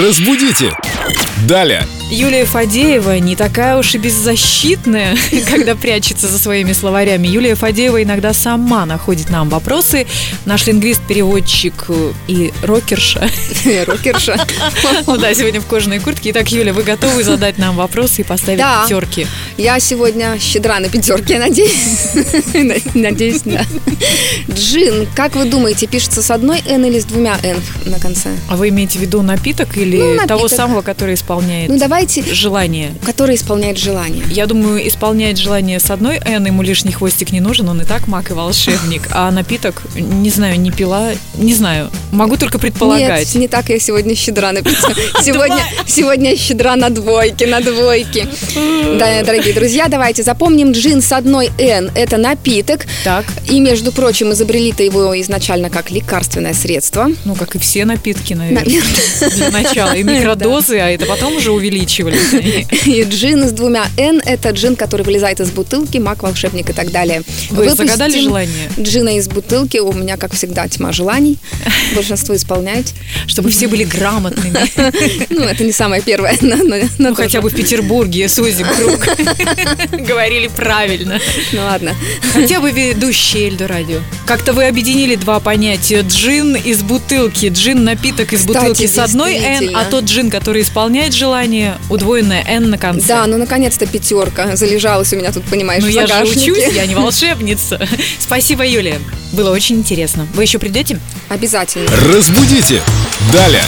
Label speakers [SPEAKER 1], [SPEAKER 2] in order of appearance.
[SPEAKER 1] Разбудите! Далее!
[SPEAKER 2] Юлия Фадеева не такая уж и беззащитная, когда прячется за своими словарями. Юлия Фадеева иногда сама находит нам вопросы. Наш лингвист, переводчик э, и рокерша.
[SPEAKER 3] Рокерша.
[SPEAKER 2] Ну да, сегодня в кожаной куртке. Итак, Юля, вы готовы задать нам вопросы и поставить
[SPEAKER 3] Да.
[SPEAKER 2] пятерки?
[SPEAKER 3] Я сегодня щедра на пятерке, я надеюсь. Надеюсь, да. Джин, как вы думаете, пишется с одной «н» или с двумя «н» на конце?
[SPEAKER 2] А вы имеете в виду напиток или
[SPEAKER 3] Ну, напиток.
[SPEAKER 2] того самого, который исполняет
[SPEAKER 3] Ну, давайте,
[SPEAKER 2] желание?
[SPEAKER 3] который исполняет желание.
[SPEAKER 2] Я думаю, исполняет желание с одной Н, ему лишний хвостик не нужен, он и так маг и волшебник. А напиток, не знаю, не пила, не знаю. Могу только предполагать.
[SPEAKER 3] Нет, не так я сегодня щедра на пятерке. Сегодня, сегодня я щедра на двойке, на двойке. Да, дорогие друзья, давайте запомним джин с одной «н». Это напиток.
[SPEAKER 2] Так,
[SPEAKER 3] И, между прочим, изобрели-то его изначально как лекарственное средство.
[SPEAKER 2] ну как и все напитки, наверное,
[SPEAKER 3] Наверное.
[SPEAKER 2] для начала. И микродозы, а это потом уже увеличивали.
[SPEAKER 3] И джин с двумя «н» – это джин, который вылезает из бутылки, маг, волшебник и так далее.
[SPEAKER 2] Вы
[SPEAKER 3] Выпустим
[SPEAKER 2] загадали желание,
[SPEAKER 3] Джина из бутылки, у меня, как всегда, тьма желаний. Большинство исполняет.
[SPEAKER 2] чтобы все были грамотными,
[SPEAKER 3] Ну, это не самое первое, но, но- но
[SPEAKER 2] ну
[SPEAKER 3] тоже.
[SPEAKER 2] хотя бы в Петербурге, сузим круг, говорили правильно.
[SPEAKER 3] Ну, ладно.
[SPEAKER 2] Хотя бы ведущие Эльдо Радио. Как-то вы объединили два понятия. Джин из бутылки. Джин напиток из
[SPEAKER 3] Кстати,
[SPEAKER 2] бутылки с одной Н, а
[SPEAKER 3] действительно.
[SPEAKER 2] тот джин, который исполняет желание, удвоенное Н на конце.
[SPEAKER 3] Да, ну, наконец-то пятерка залежалась у меня тут, понимаешь,
[SPEAKER 2] Но
[SPEAKER 3] в
[SPEAKER 2] Ну, я же
[SPEAKER 3] загашнике.
[SPEAKER 2] учусь, я не волшебница. Спасибо, Юлия. Было очень интересно. Вы еще придете?
[SPEAKER 3] Обязательно.
[SPEAKER 1] Разбудите! Далее!